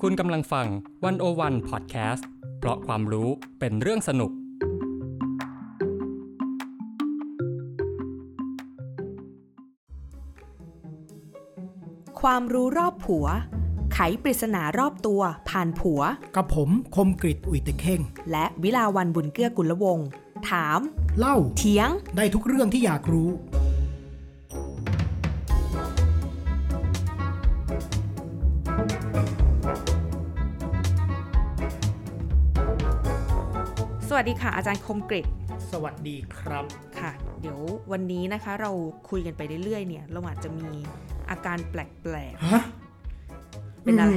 คุณกำลังฟังวันโอวันพอดแคสต์เพราะความรู้เป็นเรื่องสนุก ความรู้รอบผัว ไขปริศนารอบตัวผ่านผัว กับผมคมกริตอุ่ยตะเข่ง และวิลาวันบุญเกื้อกุลวงศ์ถาม เล่า เถียง ได้ทุกเรื่องที่อยากรู้ สวัสดีค่ะ อาจารย์คมกริต สวัสดีครับ ค่ะ เดี๋ยววันนี้นะคะ เราคุยกันไปเรื่อยๆ เนี่ย เราอาจจะมีอาการแปลก ฮะ เป็นอะไร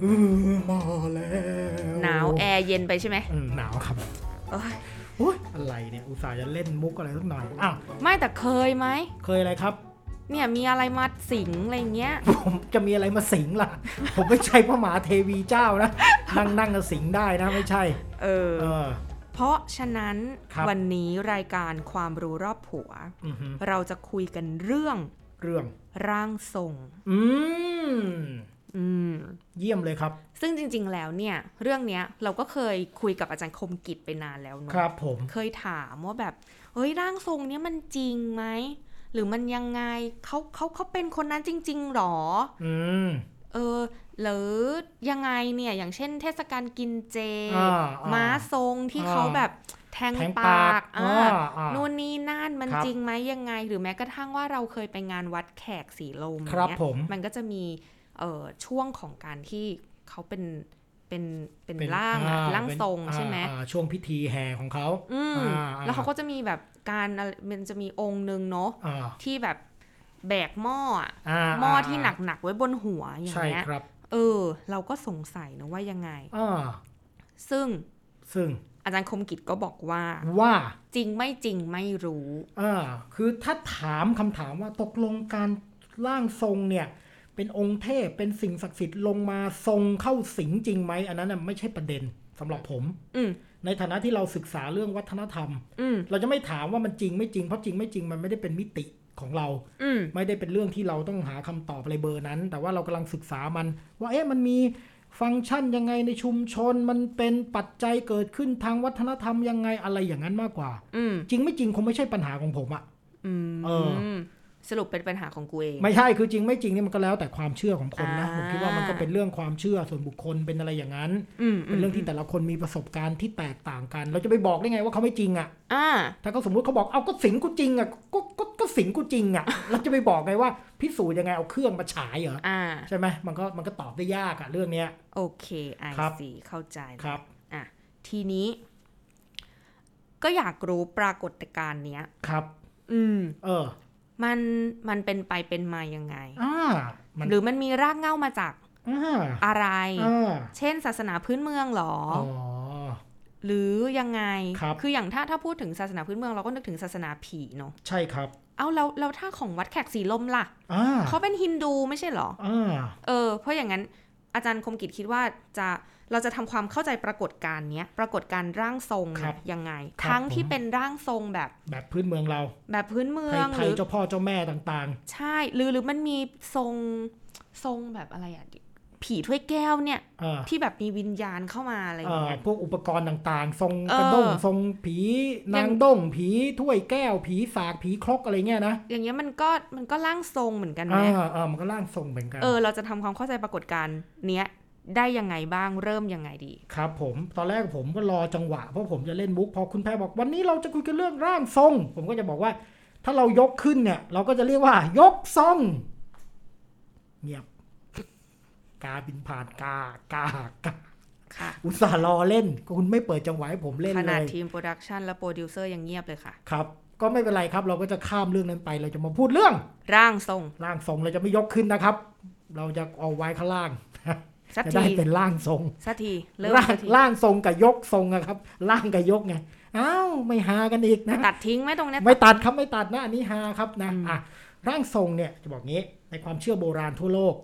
เออเออมาแล้ว ๆหนาวแอร์เย็นไปใช่ไหม อืมหนาวครับ เอ้ย โอ้ยอะไรเนี่ย อุตส่าห์จะเล่นมุกอะไรสักหน่อยอ้าว ไม่แต่เคยไหม เคยอะไรครับ เนี่ยมีอะไรมาสิงอะไรเงี้ย ผมจะมีอะไรมาสิงล่ะ ผมไม่ใช่พระหมหาเทวีเจ้านะ นั่งนั่งๆก็สิงได้นะไม่ใช่ เออ เออ เพราะฉะนั้น ครับ วันนี้รายการความรู้รอบผัว อือหือ เราจะคุยกันเรื่อง เรื่อง ร่างทรง อืม อืม เยี่ยมเลยครับ ซึ่งจริงๆ แล้วเนี่ย เรื่องเนี้ยเราก็เคยคุยกับอาจารย์คมกิจไปนานแล้วเนาะ ครับผม เคยถามว่าแบบเฮ้ยร่างทรงเนี้ยมันจริงไหมหรือมันยังไงเขาเขาเขาเป็นคนนั้นจริง ๆหรอ อืม เออหรือยังไงเนี่ยอย่างเช่นเทศกาลกินเจ อ่าอ่า ม้าทรงที่ อ่า เขาแบบแทง แทงปปา าก ก อ่า อ่าอ่า นู่นนี่นั่นมัน ครับ จริงไหมยังไง หรือแม้กระทั่งว่าเราเคยไปงานวัดแขกสีลม ครับ เนี่ย ผม มันก็จะมีเอ่อช่วงของการที่เขาเป็นเป็นเป็น เป็น ร่าง อ่ อะร่าง เป็น ทรง อ่า ใช่ไหม อ่าช่วงพิธีแห่ของเขา อืม อ่อ่ แล้วเขาก็จะมีแบบการอะไรมันจะมีองค์หนึ่งเนาะ อ่า ที่แบบแบกหม้ออะ อ่า หม้อที่หนักๆไว้บนหัวอย่าง ใช่ เงี้ย ครับ เออ เราก็สงสัยนะว่ายังไง อ่า ซึ่ง ซึ่ง อาจารย์คมกิจก็บอกว่า ว่า จริงไม่จริงไม่รู้ อ่าคือถ้าถามคำถามว่าตกลงการร่างทรงเนี่ย เป็นองค์เทพเป็นสิ่งศักดิ์สิทธิ์ลงมาทรงเข้าสิงจริงไหมอันนั้นนะไม่ใช่ประเด็นสำหรับผม อืม ในฐานะที่เราศึกษาเรื่องวัฒนธรรม อืม เราจะไม่ถามว่ามันจริงไม่จริงเพราะจริงไม่จริงมันไม่ได้เป็นมิติของเรา อืม ไม่ได้เป็นเรื่องที่เราต้องหาคำตอบอะไรเบอร์นั้น แต่ว่าเรากำลังศึกษามัน ว่าเอ๊ะมันมีฟังก์ชันยังไงในชุมชน มันเป็นปัจจัยเกิดขึ้นทางวัฒนธรรมยังไงอะไรอย่างนั้นมากกว่า อืม จริงไม่จริงคงไม่ใช่ปัญหาของผมอะ อืม เออ สรุปเป็นปัญหาของกูเอง ไม่ใช่คือจริงไม่จริงเนี่ยมันก็แล้วแต่ความเชื่อของคนนะ อ่า ผมคิดว่ามันก็เป็นเรื่องความเชื่อส่วนบุคคลเป็นอะไรอย่างนั้น อืม เป็นเรื่องที่แต่ละคนมีประสบการณ์ที่แตกต่างกัน เราจะไปบอกได้ไงว่าเขาไม่จริงอะ อ่า ถ้าเขาสมมติเขาบอกเอาก็สิงกูจริงอะก็ก็ก็สิงกูจริงอะเราจะไปบอกไงว่าพิสูจน์ยังไงเอาเครื่องมาฉายเหรอ อ่า ใช่ไหมมันก็มันก็ตอบได้ยากอะเรื่องเนี้ย โอเคไอ ครับ ซีเข้าใจแล้ว ครับ อ่ะ ทีนี้ ก็อยากรู้ปรากฏการณ์เนี้ย ครับ อืม เออ มันมันเป็นไปเป็นมายังไง อ่ามัน หรือมันมีรากเหง้ามาจาก อ่า อะไร อ่า เช่น ศาสนาพื้นเมืองเหรอ อ๋อ หรือยังไง ครับ ออย่างถ้าถ้าพูดถึงศาสนาพื้นเมืองเราก็นึกถึงศาสนาผีเนาะ ใช่ครับ เอาแล้วแล้วถ้าของวัดแขกสีลมล่ะ อ่า เขาเป็นฮินดูไม่ใช่เหรอ อ่า เออ เพราะอย่างนั้นอาจารย์คมกิจคิดว่าจะเราจะทำความเข้าใจปรากฏการณ์เนี้ย ปรากฏการณ์ร่างทรง คเนี่รัย บ ยังไง ครับ ทั้งที่ ผม เป็นร่างทรงแบบ แบบพื้นเมืองเรา แบบพื้นเมื ไท อยง ไท ห ย รือ เจ้าพ่อเจ้าแม่ต่าง ใช่ หรือหรือมันมีทรงทรงแบบอะไรอะผีถ้วยแก้วเนี่ย ๆเอ่า ที่แบบมีวิญญาณเข้ามาอะไรอย่างเงี้ย พวกอุปกรณ์ต่างๆ ทรง เออก ระด้งทรงผี ยัง นางด้งผีถ้วยแก้ว ผีสากผีครกอะไรเงี้ยนะ อย่างเงี้ยมันก็มันก็ร่างทรงเหมือนกันไหม อ่าอ่ามันก็ร่างทรงเหมือนกัน เออ เราจะทำความเข้าใจปรากฏการณ์เนี้ยได้ยังไงบ้างเริ่มยังไงดี ครับ ผมตอนแรกผมก็รอจังหวะเพราะผมจะเล่นมุกพอคุณแพรบอกวันนี้เราจะคุยกันเรื่องร่างทรง ผมก็จะบอกว่า ถ้าเรายกขึ้นเนี่ย เราก็จะเรียกว่า ยกทรง เงียบ กาบินผ่านกากากา ค่ะ อุตส่าห์รอเล่นคุณไม่เปิดจังหวะให้ผมเล่น ข เล นาด ย ทีมโปรดักชันและโปรดิวเซอร์ยังเงียบเลยค่ะ ครับ ก็ไม่เป็นไรครับ เราก็จะข้ามเรื่องนั้นไป เราจะมาพูดเรื่อง ร่างทรง ร่างทรงเราจะไม่ยกขึ้นนะครับ เราจะเอาไว้ข้างล่าง สัก จะ ที ได้เป็นร่างทรง สักที เริ่ม ร่าง สักที ร่างทรงกับยกทรงอะครับ ร่างกับยกไงอ้าวไม่หากันอีกนะ ตัดทิ้งไหมตรงเนี้ย ไม่ตัดครับไม่ตัดนะอันนี้ฮาครับนะ อืม อ่ะร่างทรงเนี่ยจะบอกงี้ในความเชื่อโบราณทั่วโลก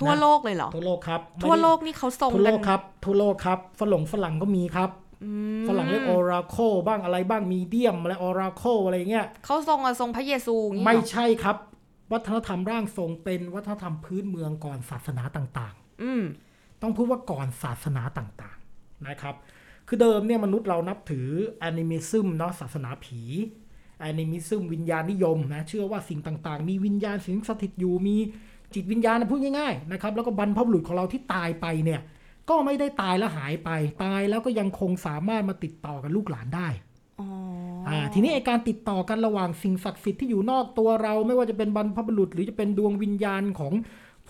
ทั่วโลกเลยเหรอ ทั่วโลกครับไม่ได้ ทั่วโลกนี่เขาทรง ทั่วโล กัน กครับ ทั่วโลกครับฝรั่งฝรั่งก็มีครับ อืม ฝรั่งเรียกออราโคบ้างอะไรบ้างมีเดียมอะไรออราโคอะไรเงี้ย เขาทรงอะทรงพระเยซูอย่างงี้ ไม่ เหรอ ใช่ครับ วัฒนธรรมร่างทรงเป็นวัฒนธรรมพื้นเมืองก่อนศาสนาต่าง อืม ๆ ต้องพูดว่าก่อนศาสนาต่างๆนะครับ คือเดิมเนี่ยมนุษย์เรานับถือแอนิมิซึมเนาะศาสนาผีแอนิมิซึมวิญญาณนิยมนะเชื่อว่าสิ่งต่างๆ มีวิญญาณสิงสถิตอยู่มีจิตวิญญาณนะพูดง่ายๆนะครับแล้วก็บรรพบุรุษของเราที่ตายไปเนี่ยก็ไม่ได้ตายแล้วหายไป ตายแล้วก็ยังคงสามารถมาติดต่อกับลูกหลานได้ อ๋ออ อ่าทีนี้ไอการติดต่อกันระหว่างสิ่งศักดิ์สิทธิ์ที่อยู่นอกตัวเรา ไม่ว่าจะเป็นบรรพบุรุษ หรือจะเป็นดวงวิญญาณของ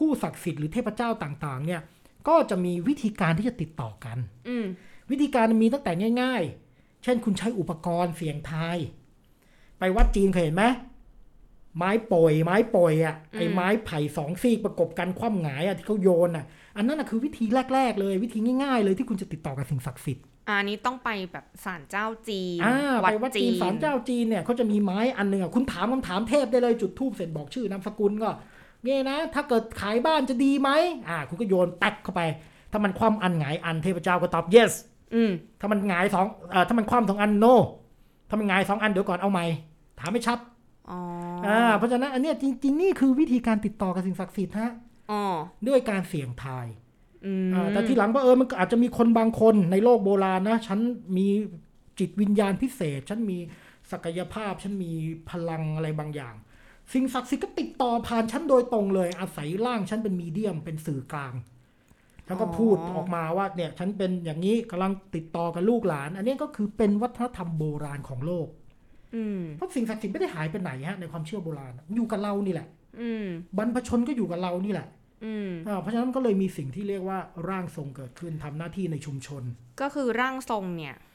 ผู้ศักดิ์สิทธิ์หรือเทพเจ้าต่างๆเนี่ยก็จะมีวิธีการที่จะติดต่อกัน อืม วิธีการมีตั้งแต่ง่าย ๆ เช่นคุณใช้อุปกรณ์เสียงทาย ไปวัดจีนเคยเห็นไหมไม้โป่อยไม้โป่อยอ่ะไอไม้ไผ่สองซีกประกบกันคว่ำหงายอ่ะที่เขาโยนอ่ะอันนั้นอ่ะคือวิธีแรก ๆ เลยวิธีง่ายๆ เลยที่คุณจะติดต่อกับสิ่งศักดิ์สิทธิ อะอันนี้ต้องไปแบบศาลเจ้าจีน อ่าไปวัดจีนศาลเจ้าจีนเนี่ยเขาจะมีไม้อันหนึ่งอ่ะคุณถามคำถามเทพได้เลยจุดทูบเสร็จบอกชื่อนามสกุลก็เนี่ยนะ ถ้าเกิดขายบ้านจะดีไหมอ่า คุณก็โยนแตกเข้าไป ถ้ามันคว่ำอันหงายอันเทพเจ้าก็ตอบ yes อืม ถ้ามันหงายสองเอ่อถ้ามันคว่ำสองอัน no ถ้ามันหงายสองอันเดี๋ยวก่อนเอาใหม่ถามไม่ชัด อ๋อ อ่าเพราะฉะนั้นอันเนี้ยจริงๆนี่คือวิธีการติดต่อกับสิ่งศักดิ์สิทธิ์ฮะ อ๋อ ด้วยการเสี่ยงทาย อืม อ่าแต่ทีหลังก็เออมันก็อาจจะมีคนบางคนในโลกโบราณนะ ฉันมีจิตวิญญาณพิเศษ ฉันมีศักยภาพ ฉันมีพลังอะไรบางอย่าง สิ่งศักดิ์สิทธิ์ก็ติดต่อผ่านฉันโดยตรงเลย อาศัยร่างฉันเป็นมีเดียมเป็นสื่อกลาง แล้วก็ อ๋อ พูดออกมาว่าเนี่ยฉันเป็นอย่างนี้กำลังติดต่อกับลูกหลาน อันนี้ก็คือเป็นวัฒนธรรมโบราณของโลก อืม เพราะสิ่งศักดิ์สิทธิ์ไม่ได้หายไปไหนฮะในความเชื่อโบราณอยู่กับเรานี่แหละ อืม บรรพชนก็อยู่กับเรานี่แหละ อืม อ่าเพราะฉะนั้นก็เลยมีสิ่งที่เรียกว่าร่างทรงเกิดขึ้นทำหน้าที่ในชุมชน ก็คือร่างทรงเนี่ย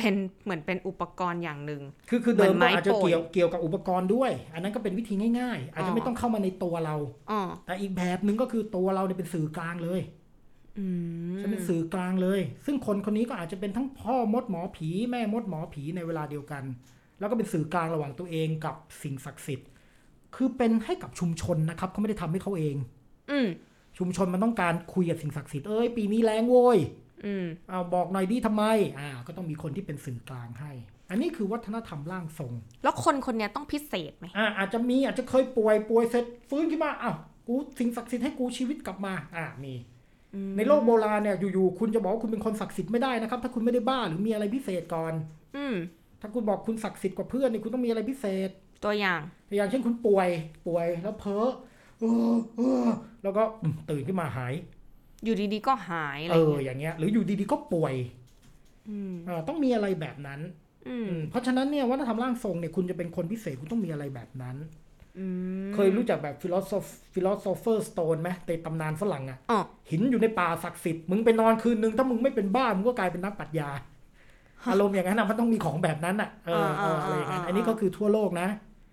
เป็นเหมือนเป็นอุปกรณ์อย่างหนึ่ง คือคือเดิม เหมือนไม้ ก็อาจจะ โปรย เกี่ยวเกี่ยวกับอุปกรณ์ด้วย อันนั้นก็เป็นวิธีง่ายๆ อาจ อ๋ จะ อ ไม่ต้องเข้ามาในตัวเรา อ๋อ แต่อีกแบบหนึ่งก็คือตัวเราเนี่ยเป็นสื่อกลางเลย อืม ฉันเป็นสื่อกลางเลย ซึ่งคนคนนี้ก็อาจจะเป็นทั้งพ่อมดหมอผีแม่มดหมอผีในเวลาเดียวกัน แล้วก็เป็นสื่อกลางระหว่างตัวเองกับสิ่งศักดิ์สิทธิ์ คือเป็นให้กับชุมชนนะครับเขาไม่ได้ทำให้เขาเอง อืม ชุมชนมันต้องการคุยกับสิ่งศักดิ์สิทธิ์เอ้ยปีนี้แรงโว้ย อืม เอาบอกหน่อยดีทำไม อ่า ก็ต้องมีคนที่เป็นสื่อกลางให้ อันนี้คือวัฒนธรรมร่างทรง แล้วคนคนเนี้ยต้องพิเศษไหม อ่า อาจจะมีอาจจะเคยป่วยป่วยเสร็จฟื้นขึ้นมาอ้าวกูสิ่งศักดิ์สิทธิ์ให้กูชีวิตกลับมา อ่า มี อืม ในโลกโบราณเนี่ย อยู่ๆ คุณจะบอกว่าคุณเป็นคนศักดิ์สิทธิ์ไม่ได้นะครับ ถ้าคุณไม่ได้บ้าหรือมีอะไรพิเศษก่อน อืม ถ้าคุณบอกคุณศักดิ์สิทธิ์กว่าเพื่อนเนี่ย คุณต้องมีอะไรพิเศษ ตัวอย่าง อย่างเช่นคุณป่วย ป่วยแล้วเพ้อเออเออแล้วก็อืมตื่นขึ้นมาหาย อยู่ดีๆก็หายอะไร เออ เงี้ย อย่างเงี้ย หรืออยู่ดีๆ ก็ป่วย อืม อ่าต้องมีอะไรแบบนั้น อืม อืมเพราะฉะนั้นเนี่ยวัฒนธรรมร่างทรงเนี่ยคุณจะเป็นคนพิเศษคุณต้องมีอะไรแบบนั้น อืม เคยรู้จักแบบฟิโลโซฟิโลโซเฟอร์สโตนไหมในตำนานฝรั่งอะ อ๋อ หินอยู่ในป่าศักดิ์สิทธิ์มึงไปนอนคืนนึงถ้ามึงไม่เป็นบ้ามึงก็กลายเป็นนักปรัชญ าอารมณ์อย่างนั้นอะมันต้องมีของแบบนั้นอะเออเอออะไรอย่างนั้นอันนี้ก็คือทั่วโลกนะ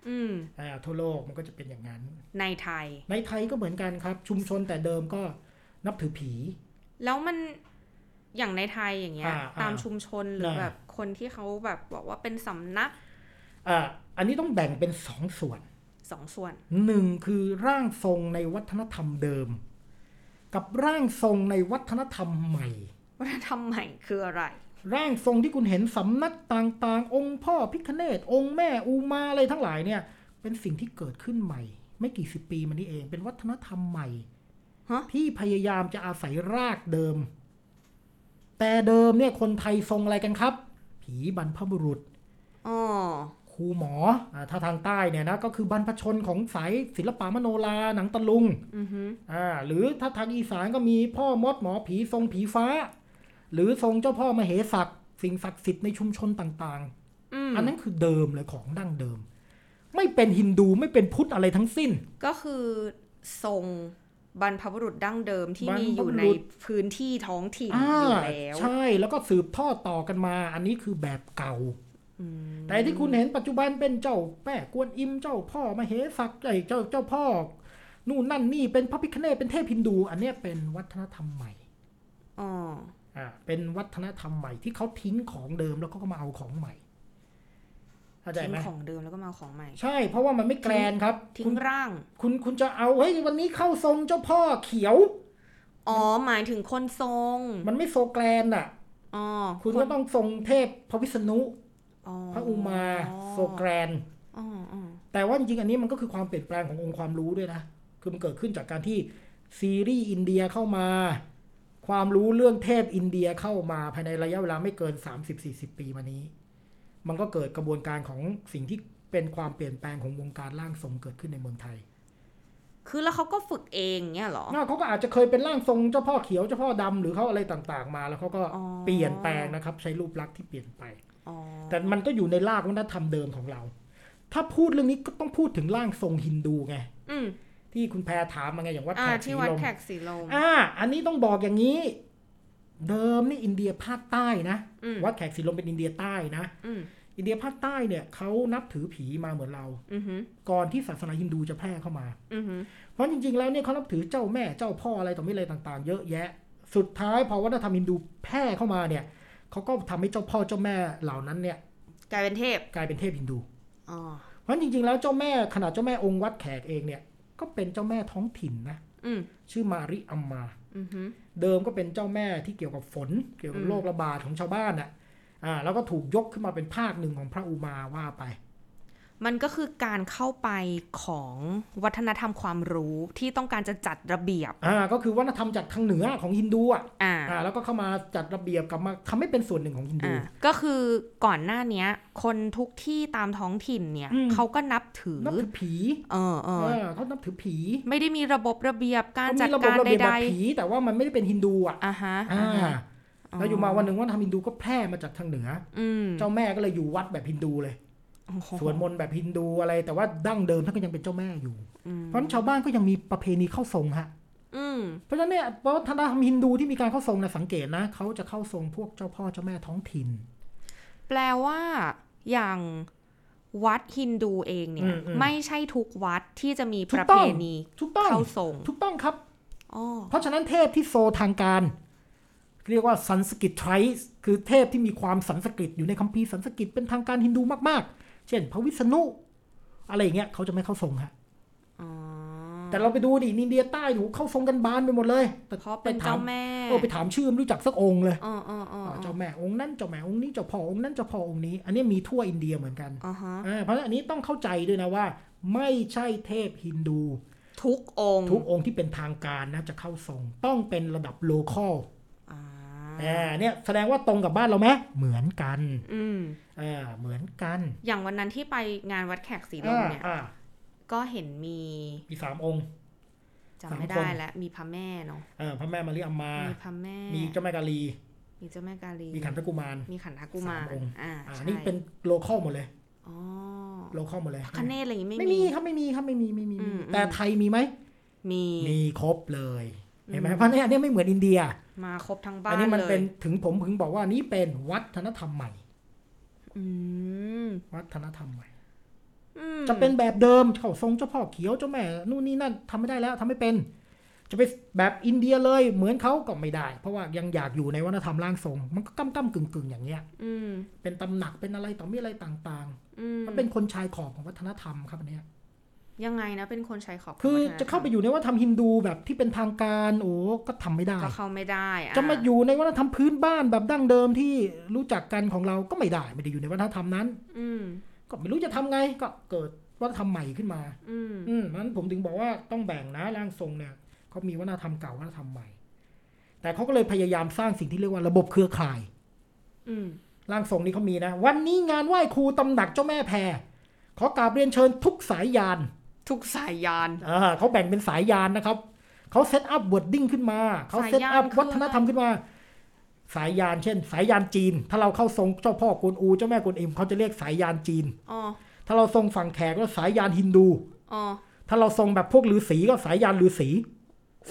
อืม อ่าทั่วโลกมันก็จะเป็นอย่างนั้น ในไทย ในไทยก็เหมือนกันครับ ชุมชนแต่เดิมก็นับถือผี แล้วมันอย่างในไทยอย่างเงี้ย อ่าอ่า ตามชุมชนหรือ ได้ แบบคนที่เขาแบบบอกว่าเป็นสำนัก อ่าอันนี้ต้องแบ่งเป็นสองส่วน สองส่วน หนึ่งคือร่างทรงในวัฒนธรรมเดิม กับร่างทรงในวัฒนธรรมใหม่ วัฒนธรรมใหม่คืออะไร ร่างทรงที่คุณเห็นสำนักต่างๆ องค์พ่อพิคเนตองค์แม่อูมาอะไรทั้งหลายเนี่ย เป็นสิ่งที่เกิดขึ้นใหม่ ไม่กี่สิบปีมานี้เอง เป็นวัฒนธรรมใหม่ ฮะ ที่พยายามจะอาศัยรากเดิม แต่เดิมเนี่ยคนไทยทรงอะไรกันครับ ผีบรรพบุรุษ อ๋อ ครูหมออาถ้าทางใต้เนี่ยนะก็คือบรรพชนของสายศิลปะมโนราหนังตะลุง อือฮึ อ่าหรือถ้าทางอีสานก็มีพ่อมดหมอผีทรงผีฟ้า หรือทรงเจ้าพ่อมเหสักสิ่งศักดิ์สิทธิ์ในชุมชนต่าง อืม ๆ อันนั้นคือเดิมเลยของดั้งเดิม ไม่เป็นฮินดูไม่เป็นพุทธอะไรทั้งสิ้น ก็คือทรงบรรพบุรุษดั้งเดิมที่มีอยู่ บรรพบุ ใน รุษ พื้นที่ท้องถิ่น อ่า อยู่แล้ว ใช่แล้วก็สืบทอดต่อกันมา อันนี้คือแบบเก่า อืม แต่ที่คุณเห็นปัจจุบันเป็นเจ้าแป้กวนอิมเจ้าพ่อมเหสักไอ้เจ้าเจ้าพ่อ นู่นนั่นนี่เป็นพระพิคเนตเป็นเทพฮินดู อันเนี้ยเป็นวัฒนธรรมใหม่ อ๋อ อ่าเป็นวัฒนธรรมใหม่ที่เขาทิ้งของเดิมแล้วเขาก็มาเอาของใหม่เข้าใจ ทิ้ง ไหม ของเดิมแล้วก็มาเอาของใหม่ ใช่ เพราะว่ามันไม่แกรนครับ ทิ้ คุ ง ณ ร่าง คุณคุณจะเอาเฮ้ยวันนี้เข้าทรงเจ้าพ่อเขียว อ๋อ หมายถึงคนทรง มันไม่โซแกรนอ่ะ อ๋อ คุณก็ต้องทรงเทพพระวิษณุ อ๋อ พระอุมาโซแกรน อ๋ออ๋อ แต่ว่าจริงๆอันนี้มันก็คือความเปลี่ยนแปลงขององค์ความรู้ด้วยนะ คือมันเกิดขึ้นจากการที่ซีรีส์อินเดียเข้ามา ความรู้เรื่องเทพอินเดียเข้ามาภายในระยะเวลาไม่เกิน 30-40 ปีมานี้ มันก็เกิดกระบวนการของสิ่งที่เป็นความเปลี่ยนแปลงของวงการร่างทรงเกิดขึ้นในเมืองไทย คือแล้วเขาก็ฝึกเองเนี่ยเหรอ นอกเขาก็อาจจะเคยเป็นร่างทรงเจ้าพ่อเขียวเจ้าพ่อดำหรือเขาอะไรต่างๆ มาแล้วเขาก็ อ๋อ เปลี่ยนแปลงนะครับ ใช้รูปลักษณ์ที่เปลี่ยนไป อ๋อ แต่มันก็อยู่ในรากวัฒนธรรมเดิมของเรา ถ้าพูดเรื่องนี้ก็ต้องพูดถึงร่างทรงฮินดูไง อืม ที่คุณแพรถามมาไงอย่างวัด อ่า แขกสี ที่วัด ลม แขกสีลม อ่า อันนี้ต้องบอกอย่างนี้ เดิมนี่อินเดียภาคใต้นะ อืม วัดแขกสีลมเป็นอินเดียใต้นะ อืม อินเดียภาคใต้เนี่ยเขานับถือผีมาเหมือนเรา อือหือ ก่อนที่ศาสนาฮินดูจะแพร่เข้ามา อือหือ เพราะจริงๆ แล้วเนี่ยเขานับถือเจ้าแม่เจ้าพ่ออะไรต่อมีอะไรต่างๆ เยอะแยะ สุดท้ายพอวัฒนธรรมฮินดูแพร่เข้ามาเนี่ยเขาก็ทำให้เจ้าพ่อเจ้าแม่เหล่านั้นเนี่ย กลายเป็นเทพ กลายเป็นเทพฮินดู อ๋อ เพราะจริงๆ แล้วเจ้าแม่ขนาดเจ้าแม่องค์วัดแขกเองเนี่ยก็เป็นเจ้าแม่ท้องถิ่นนะ อืม ชื่อมาริอัมมา อือหือ เดิมก็เป็นเจ้าแม่ที่เกี่ยวกับฝน เกี่ยวกับ อืม โรคระบาดของชาวบ้านอ่ะอ่าแล้วก็ถูกยกขึ้นมาเป็นภาคหนึ่งของพระอุมาว่าไป มันก็คือการเข้าไปของวัฒนธรรมความรู้ที่ต้องการจะจัดระเบียบ อ่าก็คือวัฒนธรรมจากทางเหนือของฮินดูอ่ะ อ่า อ่าแล้วก็เข้ามาจัดระเบียบกลับมาทำให้เป็นส่วนหนึ่งของฮินดู อ่าก็คือก่อนหน้าเนี้ย คนทุกที่ตามท้องถิ่นเนี่ย อืม เขาก็นับถือ นับถือผี เออเออ เออเขานับถือผี ไม่ได้มีระบบระเบียบการ เขา จัด มีระบบ การ ระ ใ เบียบแบ ด บผีแต่ว่ามันไม่ได้เป็นฮินดูอ่ะ ๆอ่าฮะ อ่า ฮะ แล้วอยู่มาวันหนึ่งวัฒนธรรมฮินดูก็แพร่มาจากทางเหนือ อืม อเจ้าแม่ก็เลยอยู่วัดแบบฮินดูเลย โอ้โห สวดมนต์แบบฮินดูอะไร แต่ว่าดั้งเดิมท่านก็ยังเป็นเจ้าแม่อยู่ อืม เพราะฉะนั้นชาวบ้านก็ยังมีประเพณีเข้าทรงฮะ อืม เพราะฉะนั้นเนี่ยวัฒนธรรมฮินดูที่มีการเข้าทรงนะสังเกตนะเขาจะเข้าทรงพวกเจ้าพ่อเจ้าแม่ท้องถิ่น แปลว่าอย่างวัดฮินดูเองเนี่ อื ย มอืม ไม่ใช่ทุกวัดที่จะมีปถูระ กต้ เพ อง ณี ถูกต้อง เข้าทรง ถูกต้องครับ อ๋อ เพราะฉะนั้นเทพที่โซทางการ เรียกว่าสันสกิตไทรส์คือเทพที่มีความสันสกิตอยู่ในคัมภีร์สันสกิตเป็นทางการฮินดูมากๆ เช่น พระวิษณุอะไรอย่างเงี้ยเขาจะไม่เข้าทรงฮะ อ๋อ แต่เราไปดูดิอินเดียใต้ดูเข้าทรงกันบานไปหมดเลยแต่ เพราะเป็นเจ้าแม่ เออไปถามชื่อไม่รู้จักสักองค์เลย อ๋ออ๋ออ๋อ เจ้าแม่องค์นั้นเจ้าแม่องค์นี้เจ้าพ่อองค์นั้นเจ้าพ่อองค์นี้ อันนี้มีทั่วอินเดียเหมือนกัน อ๋อฮะ อ่าเพราะฉะนั้นอันนี้ต้องเข้าใจด้วยนะว่า ไม่ใช่เทพฮินดู ทุกองค์ ทุกองค์ที่เป็นทางการนะจะเข้าทรง ต้องเป็นระดับโลคอล อ่า อ่าเนี่ยแสดงว่าตรงกับบ้านเราไหมเหมือนกัน อืม อ่าเหมือนกัน อย่างวันนั้นที่ไปงานวัดแขกสีลมเนี่ย อ่าอ่า ก็เห็นมี มีสามองค์ จำไม่ สาม ได้ คน แล้วมีพระแม่เนาะ อ่าพระแม่มารีอัมมา มีพระแม่ มีเจ้าแม่กาลี มีเจ้าแม่กาลี มีขันธกุมาร มีขันธกุมาร สามองค์ อ่า อ่า ใช่ นี่เป็นโลคอลหมดเลย อ๋อ โลคอลหมดเลย พระคเนศอะไรอย่างงี้ ไม่ ไม่ มี มี ครับไม่มีครับไม่มีไม่มีอืไม่มีมอืม แต่ไทยมีไหม มี มีครบเลยเห็นไหม อืม เพราะเนี่ยอันนี้ไม่เหมือนอินเดีย มาครบทั้งบ้า อั น นนี้มัน เลย เป็นถึงผมถึงบอกว่านี่เป็นวัฒนธรรมใหม่ อืม วัฒนธรรมใหม่ อืม จะเป็นแบบเดิมเขาทรงเจ้าพ่อเขียวเจ้าแม่นู่นนี่นั่นทำไม่ได้แล้วทำไม่เป็น จะไปแบบอินเดียเลยเหมือนเขาก็ไม่ได้ เพราะว่ายังอยากอยู่ในวัฒนธรรมร่างทรง มันก็ก้ำก้ำกึ่งกึ่งๆอย่างเงี้ย อืม เป็นตำหนักเป็นอะไรต่อมีอะไรต่าง อืม ๆ มันเป็นคนชายขอบของวัฒนธรรมครับอันเนี้ย ยังไงนะเป็นคนใช้ขอบ คือ วัฒนธรรม จะเข้าไปอยู่ในวัฒนธรรมฮินดูแบบที่เป็นทางการโอ้ก็ทำไม่ได้ ก็เข้าไม่ได้อ่ จะมาอยู่ในวัฒนธรรมพื้นบ้านแบบดั้งเดิมที่รู้จักกันของเราก็ไม่ได้ ไม่ได้อยู่ในวัฒนธรรมนั้น อืม ก็ไม่รู้จะทำไงก็เกิดวัฒนธรรมใหม่ขึ้นมา อืม อืมนั้นผมถึงบอกว่าต้องแบ่งนะร่างทรงเนี่ยเขามีวัฒนธรรมเก่าวัฒนธรรมใหม่ แต่เขาก็เลยพยายามสร้างสิ่งที่เรียกว่าระบบเครือข่าย อืม ร่างทรงนี้เขามีนะ วันนี้งานไหว้ครูตำหนักเจ้าแม่แพรขอกราบเรียนเชิญทุกสายยาน ทุกสายยาน อ่าเขาแบ่งเป็นสายยานนะครับ เขาเซตอัพวอร์ดดิ้งขึ้นมา เขาเซตอัสายยาพนคือ วัฒนธรรมขึ้นมา สายยานเช่น สายยานจีน ถ้าเราเข้าทรงเจ้าพ่อกวนอู เจ้าแม่กวนอิมเขาจะเรียกสายยานจีน อ๋อ ถ้าเราทรงฝั่งแขกก็สายยานฮินดู อ๋อ ถ้าเราทรงแบบพวกฤาษีก็สายยานฤาษี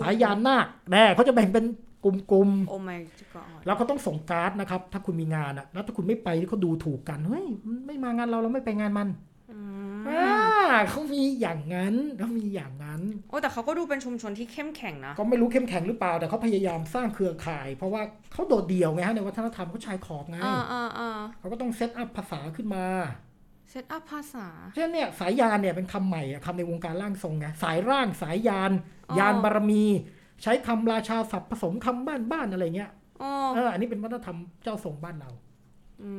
สายยานนาคแน่เขาจะแบ่งเป็นกลุ่ม โอ้ my god ๆ แล้วเขาต้องส่งการ์ดนะครับ ถ้าคุณมีงานอะแล้วถ้าคุณไม่ไปนี่เขาดูถูกกัน เฮ้ยมันไม่มางานเราเราไม่ไปงานมัน อื อ่าม เขามีอย่างนั้นเขามีอย่างนั้น โอ้แต่เขาก็ดูเป็นชุมชนที่เข้มแข็งนะ ก็ไม่รู้เข้มแข็งหรือเปล่า แต่เขาพยายามสร้างเครือข่าย เพราะว่าเขาโดดเดี่ยวไงฮะในวัฒนธรรมเขาชายขอบไง อ่าอ่าอ่า เขาก็ต้องเซตอัพภาษาขึ้นมา เซตอัพภาษา เช่นเนี่ยสายยานเนี่ยเป็นคำใหม่อะคำในวงการร่างทรงไงสายร่างสายยาน อ๋อ ยานบารมี ใช้คำราชาศัพท์ผสมคำบ้านบ้านๆอะไรเงี้ย อ๋อ เอออันนี้เป็นวัฒนธรรมเจ้าทรงบ้านเรา อื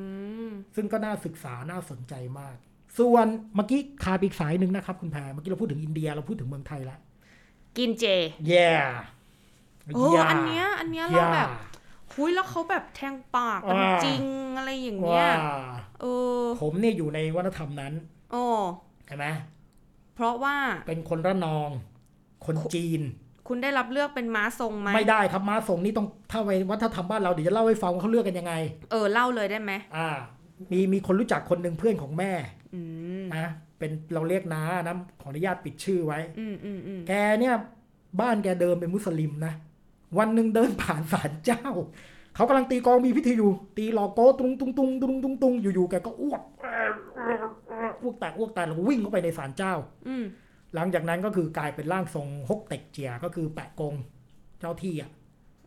ม ซึ่งก็น่าศึกษาน่าสนใจมาก ส่วนเมื่อกี้คาดไปอีกสายหนึ่งนะครับคุณแพรเมื่อกี้เราพูดถึงอินเดียเราพูดถึงเมืองไทยละ กินเจ yeah เอออันเนี้ยอันเนี้ยเราแบบหุยแล้วเขาแบบแทงปากกัน อ่า จริงอะไรอย่างเงี้ย ว่า เออ ผมเนี่ยอยู่ในวัฒนธรรมนั้น โอ้ ใช่ไหม เพราะว่า เป็นคนระนอง คนจีน คุณได้รับเลือกเป็นม้าทรงไหม ไม่ได้ครับม้าทรงนี่ต้องถ้าไปวัฒนธรรมบ้านเราเดี๋ยวจะเล่าให้ฟังว่าเขาเลือกกันยังไง เออเล่าเลยได้ไหม อ่า มีมีคนรู้จักคนหนึ่งเพื่อนของแม่ อืม นะเป็นเราเรียกน้านะขออนุญาตปิดชื่อไว้ อืมอืมอืม แกเนี่ยบ้านแกเดิมเป็นมุสลิมนะ วันหนึ่งเดินผ่านศาลเจ้า เขากำลังตีกลองมีพิธีอยู่ ตีหลอกโกตุงตุงตุงตุงตุงตุงอยู่ๆแกก็อ้วกอ้วกแตกอ้วกแตกแล้วก็วิ่งเข้าไปในศาลเจ้า อืม หลังจากนั้นก็คือกลายเป็นร่างทรงฮกเต็กเจียก็คือแปะกงเจ้าที่อ่ะ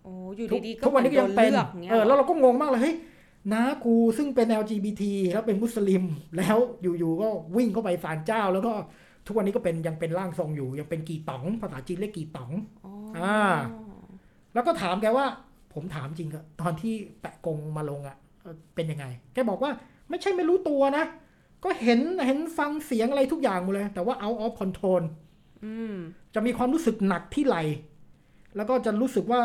โอ้อยู่ ทุก ดีๆก็ ทุกวันนี้ก็ยังเป็น หมือโดลือกงี้ย เออ แล้วเราก็งงมากเลย เฮ้ยน้ากูซึ่งเป็น LGBT แล้วเป็นมุสลิม แล้วอยู่ๆ ก็วิ่งเข้าไปศาลเจ้า แล้วก็ทุกวันนี้ก็เป็นยังเป็นร่างทรงอยู่ ยังเป็นกีต๋อง ภาษาจีนเรียกกีต๋อง อ๋ออ า แล้วก็ถามแกว่า ผมถามจริงอะตอนที่แปะกงมาลงอะเอ่อเป็นยังไง แกบอกว่าไม่ใช่ไม่รู้ตัวนะ ก็เห็นเห็นฟังเสียงอะไรทุกอย่างหมดเลย แต่ว่า out of control อืม จะมีความรู้สึกหนักที่ไหล แล้วก็จะรู้สึกว่า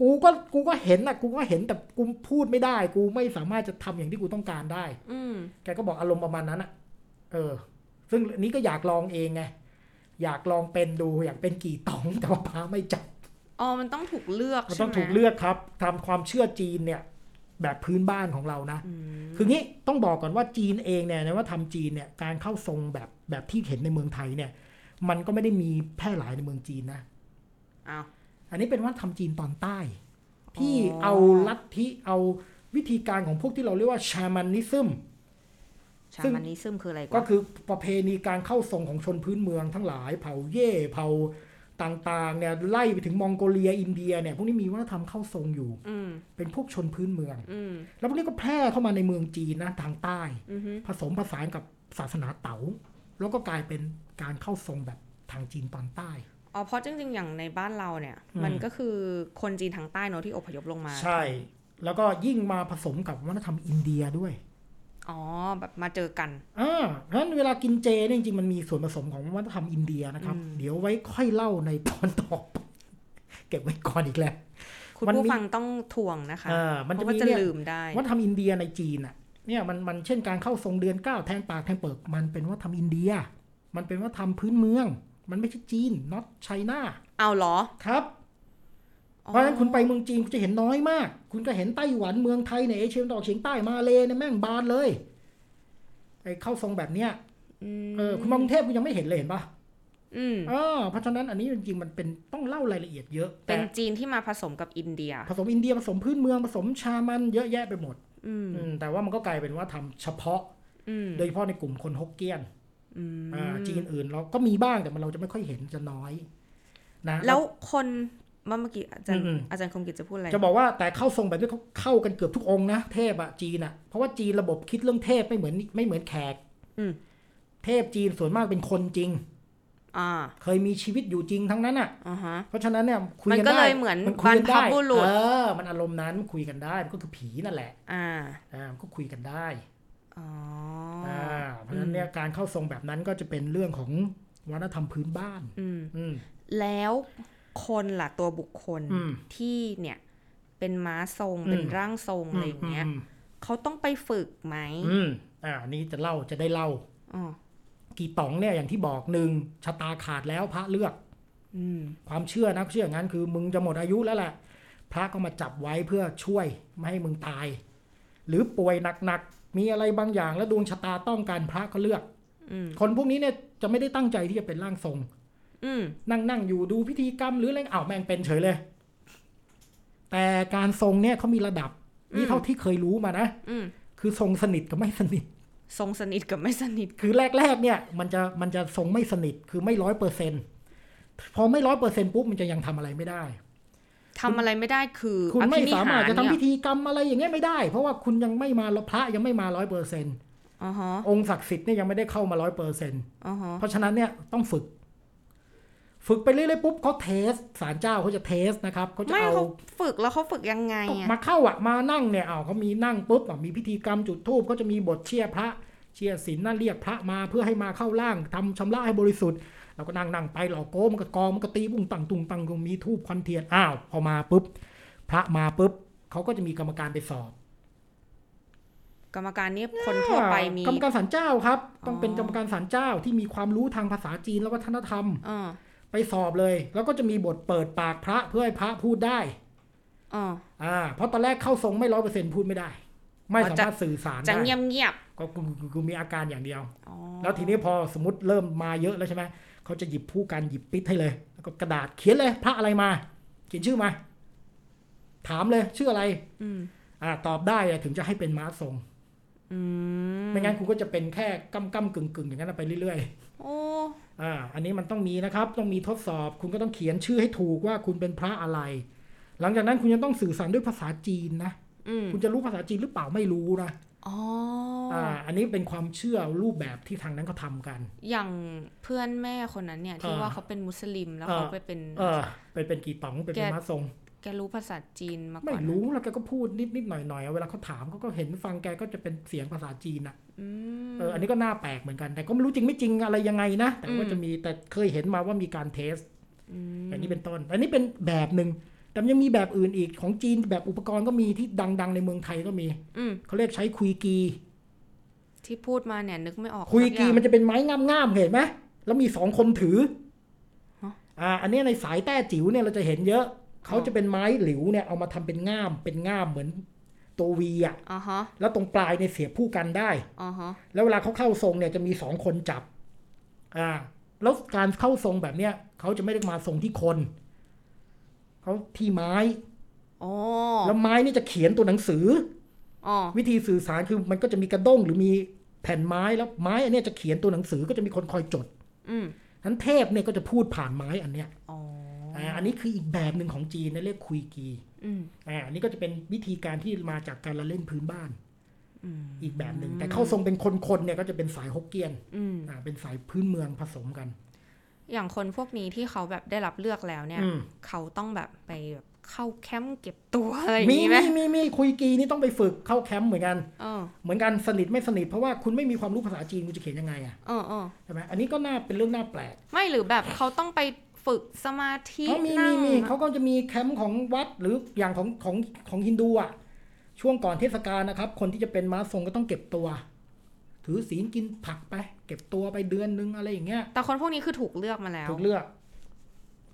กูก็กูก็เห็นนะกูก็เห็นแต่กูพูดไม่ได้ กูไม่สามารถจะทำอย่างที่กูต้องการได้ อืม แกก็บอกอารมณ์ประมาณนั้นอะเออ ซึ่งอันนี้ก็อยากลองเองไง อยากลองเป็นดู อยากเป็นกี่ต๋อง แต่ว่าพาไม่จับ อ๋อมันต้องถูกเลือก มัน ใช่ ต้อง ไหม ถูกเลือกครับตามความเชื่อจีนเนี่ย แบบพื้นบ้านของเรานะ อืม คืองี้ต้องบอกก่อนว่าจีนเองเนี่ยนะว่าทำจีนเนี่ยการเข้าทรงแบบแบบที่เห็นในเมืองไทยเนี่ย มันก็ไม่ได้มีแพร่หลายในเมืองจีนนะ อ้าว อันนี้เป็นวัฒนธรรมจีนตอนใต้ ที่ อ๋อ เอาลัทธิเอาวิธีการของพวกที่เราเรียกว่าชามานิซึม ชา ซึ่ง มันนี้ซึมคืออะไร ก็ วะ คือประเพณีการเข้าทรงของชนพื้นเมืองทั้งหลาย เผ่าเย่เผ่าต่างๆเนี่ยไล่ไปถึงมองโกเลียอินเดียเนี่ยพวกนี้มีวัฒนธรรมเข้าทรงอยู่ อืม เป็นพวกชนพื้นเมือง อืม แล้วพวกนี้ก็แพร่เข้ามาในเมืองจีนนะทางใต้ อือฮึ ผสมผสานกับศาสนาเต๋าแล้วก็กลายเป็นการเข้าทรงแบบทางจีนตอนใต้ อ๋อเพราะจริงๆ อย่างในบ้านเราเนี่ย อืม มันก็คือคนจีนทางใต้เนอะที่อพยพลงมา ใช่ แล้วก็ยิ่งมาผสมกับวัฒนธรรมอินเดียด้วย อ๋อแบบมาเจอกัน อ่าเพราะฉะนั้นเวลากินเจเนี่ยจริงๆมันมีส่วนผสมของวัฒนธรรมอินเดียนะครับ อืม เดี๋ยวไว้ค่อยเล่าในตอนต่อไปเก็บไว้ก่อนอีกแล้ว คุณ มันมี ผู้ฟังต้องทวงนะคะ เออมัน เพ จะ ราะว่า มี จะ เนี่ย ลืมได้ วัฒนธรรมอินเดียในจีนอ่ะเนี่ยมันมันเช่นการเข้าทรงเดือนเก้าแทงปากแทงเปิกมันเป็นวัฒนธรรมอินเดีย มันเป็นวัฒนธรรมพื้นเมือง มันไม่ใช่จีน not China เอาเหรอ ครับ อ๋อ เพราะฉะนั้นคุณไปเมืองจีนคุณจะเห็นน้อยมาก คุณก็เห็นไต้หวันเมืองไทยในยเอเชียตะวันออกเฉียงใต้มาเลยเนี่ยแม่งบานเลยไอ้เข้าทรงแบบเนี้ย อืม เออคุณมากรุงเทพคุณยังไม่เห็นเลยเห็นปะ อืม เออเพราะฉะนั้นอันนี้จริงๆมันเป็นต้องเล่ารายละเอียดเยอะ เป็ แต่ นจีนที่มาผสมกับอินเดีย ผสมอินเดียผสมพื้นเมืองผสมชามันเยอะแยะไปหมด อืม อืมแต่ว่ามันก็กลายเป็นว่าทำเฉพาะ อืม โดยเฉพาะในกลุ่มคนฮกเกี้ยน อืม อ่าจีนอื่นเราก็มีบ้างแต่มันเราจะไม่ค่อยเห็นจะน้อยนะ แล้วคนเมื่อกี้อาจารย์ อืมอืม อาจารย์คมกิจจะพูดอะไร จะบอกว่าแต่เข้าทรงแบบนี้เขาเข้ากันเกือบทุกองค์นะเทพอะจีนอะเพราะว่าจีนระบบคิดเรื่องเทพไม่เหมือนไม่เหมือนแขก อืม เทพจีนส่วนมากเป็นคนจริง อ่า เคยมีชีวิตอยู่จริงทั้งนั้นอะ อ่าฮะ เพราะฉะนั้นเนี่ยคุย มัน กัน ก็ ได้ เลยเหมือน คุยกัได้ บรรพบุรุษ เออ มันอารมณ์นั้นคุยกันได้มันก็คือผีนั่นแหละ อ่า อ่ามันก็คุยกันได้ อ๋ออ อ่าเพราะฉะนั้นเนี่ยการเข้าทรงแบบนั้นก็จะเป็นเรื่องของวัฒนธรรมพื้นบ้าน อืม อืม แล้วคนล่ะตัวบุคคล อืม ที่เนี่ย เป็นม้าทรง อืม เป็นร่างทรงอะไรอย่างเงี้ย อืม เขาต้องไปฝึกไหม อืมอืมอ่าอันนี้จะเล่าจะได้เล่า อ๋อ กี่ต๋องเนี่ยอย่างที่บอกหนึ่งชะตาขาดแล้วพระเลือก อืม ความเชื่อนะเชื่ออย่างนั้นคือมึงจะหมดอายุแล้วแหละพระก็มาจับไว้เพื่อช่วยไม่ให้มึงตาย หรือป่วยหนักๆมีอะไรบางอย่างแล้วดวงชะตาต้องการพระก็เลือก อืม คนพวกนี้เนี่ยจะไม่ได้ตั้งใจที่จะเป็นร่างทรง อืม นั่งนั่งอยู่ดูพิธีกรรมหรืออะไรอ้าวแม่งเป็นเฉยเลย แต่การทรงเนี่ยเขามีระดับนี่เท่าที่เคยรู้มานะ อืม คือทรงสนิทกับไม่สนิท ทรงสนิทกับไม่สนิท คือแรกๆเนี่ย มันจะมันจะทรงไม่สนิทคือไม่ร้อยเปอร์เซ็นพอไม่ร้อยเปอร์เซ็นปุ๊บมันจะยังทำอะไรไม่ได้ ทำอะไรไม่ได้คือ คุณไม่ อภินิห สามารถจะทำพิ เนี่ย ธีกรรมอะไรอย่างเงี้ยไม่ได้ เพราะว่าคุณยังไม่มาพระยังไม่มาร้อยเปอร์เซ็น อ๋อฮะ องค์ศักดิ์สิทธิ์เนี่ยยังไม่ได้เข้ามาร้อยเปอร์เซ็น อ๋อฮะ เพราะฉะนั้นเนี่ยต้องฝึก ฝึกไปเรื่อยๆปุ๊บเขาเทสสารเจ้าเขาจะเทสนะครับเขาจะ ไม่ เอา เขาฝึกแล้วเขาฝึกยังไงอ่ะ มาเข้าอะมานั่งเนี่ยเอาวเขามีนั่งปุ๊บอ่ะมีพิธีกรรมจุดธูปเขาจะมีบทเชียร์พระ เชียร์ศีลนั่นเรียกพระมาเพื่อให้มาเข้าร่างทำชำระให้บริสุทธิ์ เราก็นั่งนั่งไปเหล่าโก้มันก็กองมันก็ตีบุ้งตังตุงตังตุงมีทูบควันเทียนอ้าวพอมาปุ๊บ พระมาปุ๊บเขาก็จะมีกรรมการไปสอบ กรรมการนี่คนทั่วไปมี กรรมการศาลเจ้าครับ ต้อง อ๋อ เป็นกรรมการศาลเจ้าที่มีความรู้ทางภาษาจีนและวัฒนธรรม เออ ไปสอบเลย แล้วก็จะมีบทเปิดปากพระเพื่อให้พระพูดได้ เออ อ่าเพราะตอนแรกเข้าทรงไม่ร้อยเปอร์เซ็นพูดไม่ได้ ไม่สามารถสื่อสาร จะ ได้ เงียบเงียบ ก็กูกูกูมีอาการอย่างเดียว ๆอ๋อ แล้วทีนี้พอสมมติเริ่มมาเยอะแล้วใช่ไหมเขาจะหยิบผู้กันหยิบปิดให้เลย แล้วก็กระดาษเขียนเลยพระอะไรมา เขียนชื่อมา ถามเลยชื่ออะไร อืม อ่าตอบได้อะถึงจะให้เป็นม้าทรง อืม ไม่งั้นคุณก็จะเป็นแค่กั้มกั้มกึ่งกึ่งอย่างนั้นนะไปเรื่อยๆ โอ้ อ่า อันนี้มันต้องมีนะครับ ต้องมีทดสอบ คุณก็ต้องเขียนชื่อให้ถูกว่าคุณเป็นพระอะไร หลังจากนั้นคุณยังต้องสื่อสารด้วยภาษาจีนนะ อืม คุณจะรู้ภาษาจีนหรือเปล่าไม่รู้นะ อ๋ออ อ่า อันนี้เป็นความเชื่อรูปแบบที่ทางนั้นเขาทำกัน อย่างเพื่อนแม่คนนั้นเนี่ย ที่ เออ ว่าเขาเป็นมุสลิมแล้ว เออ เขาไปเป็น เออ เป็นเป็นกี่ต๋อง เป็นเป็น แก มาทรง แกรู้ภาษาจีนมาก่ ไม่ อน รู้ แล้วแกก็พูดนิดนิดหน่อยหน่อยๆเวลาเขาถามเขาก็เห็นฟังแกก็จะเป็นเสียงภาษาจีนนะ อืม เออ อันนี้ก็น่าแปลกเหมือนกัน แต่ก็ไม่รู้จริงไม่จริงอะไรยังไงนะ แต่ว่า อืม จะมี แต่เคยเห็นมาว่ามีการเทส ม อย่างนี้เป็นต้น อันนี้เป็นแบบหนึ่ง แต่มันยังมีแบบอื่นอีก ของจีนแบบอุปกรณ์ก็มีที่ดัง ๆ ในเมืองไทยก็มี อืม เขาเรียกใช้คุยกี ที่พูดมาเนี่ยนึกไม่ออก คุย สัอ กี ย่าง มันจะเป็นไม้ง่ามๆเห็นไหม แล้วมีสองคนถือ ฮะ อ่า อันนี้ในสายแต้จิ๋วเนี่ยเราจะเห็นเยอะ เขา อ๋อ จะเป็นไม้หลิวเนี่ยเอามาทำเป็นง่าม เป็นง่ามเหมือนตัววีอ่ะ อ่าฮะ แล้วตรงปลายเนี่ยเสียบผู้กันได้ อ่าฮะ แล้วเวลาเขาเข้าทรงเนี่ยจะมีสองคนจับ อ่า แล้วการเข้าทรงแบบเนี้ยเขาจะไม่ได้มาทรงที่คน เขาที่ไม้ โอ้ แล้วไม้นี่จะเขียนตัวหนังสือ อ๋อ วิธีสื่อสารคือมันก็จะมีกระด้งหรือมีแผ่นไม้แล้วไม้อันเนี้ยจะเขียนตัวหนังสือก็จะมีคนคอยจด อืม นั้นเทพเนี่ยก็จะพูดผ่านไม้อันเนี้ย อ๋อ อ่าอันนี้คืออีกแบบหนึ่งของจีนนะเรียกคุยกี อืม อ่าอันนี้ก็จะเป็นวิธีการที่มาจากการละเล่นพื้นบ้าน อืม อีกแบบหนึ่งแต่เข้าทรงเป็นคนๆเนี่ยก็จะเป็นสายฮกเกี้ยน อืม อ่าเป็นสายพื้นเมืองผสมกัน อย่างคนพวกนี้ที่เขาแบบได้รับเลือกแล้วเนี่ย อืม เขาต้องแบบไปแบบเข้าแคมป์เก็บตัวอะไรอย่า มี งนี้ไหม มีมีมีคุยกีนี่ต้องไปฝึกเข้าแคมป์เหมือนกัน เออ เหมือนกันสนิทไม่สนิทเพราะว่าคุณไม่มีความรู้ภาษาจีนคุณจะเขียนยังไงอะ เออเออ ใช่ไหมอันนี้ก็น่าเป็นเรื่องน่าแปลก ไม่หรือแบบเขาต้องไปฝึกสมาธิ เขามี นั่ มี ง มีเขาก็จะมีแคมป์ของวัดหรืออย่างของของของฮินดูอ่ะ ช่วงก่อนเทศกาลนะครับ คนที่จะเป็นม้าทรงก็ต้องเก็บตัว ถือศีลกินผักไป เก็บตัวไปเดือนนึงอะไรอย่างเงี้ย แต่คนพวกนี้คือถูกเลือกมาแล้ว ถูกเลือก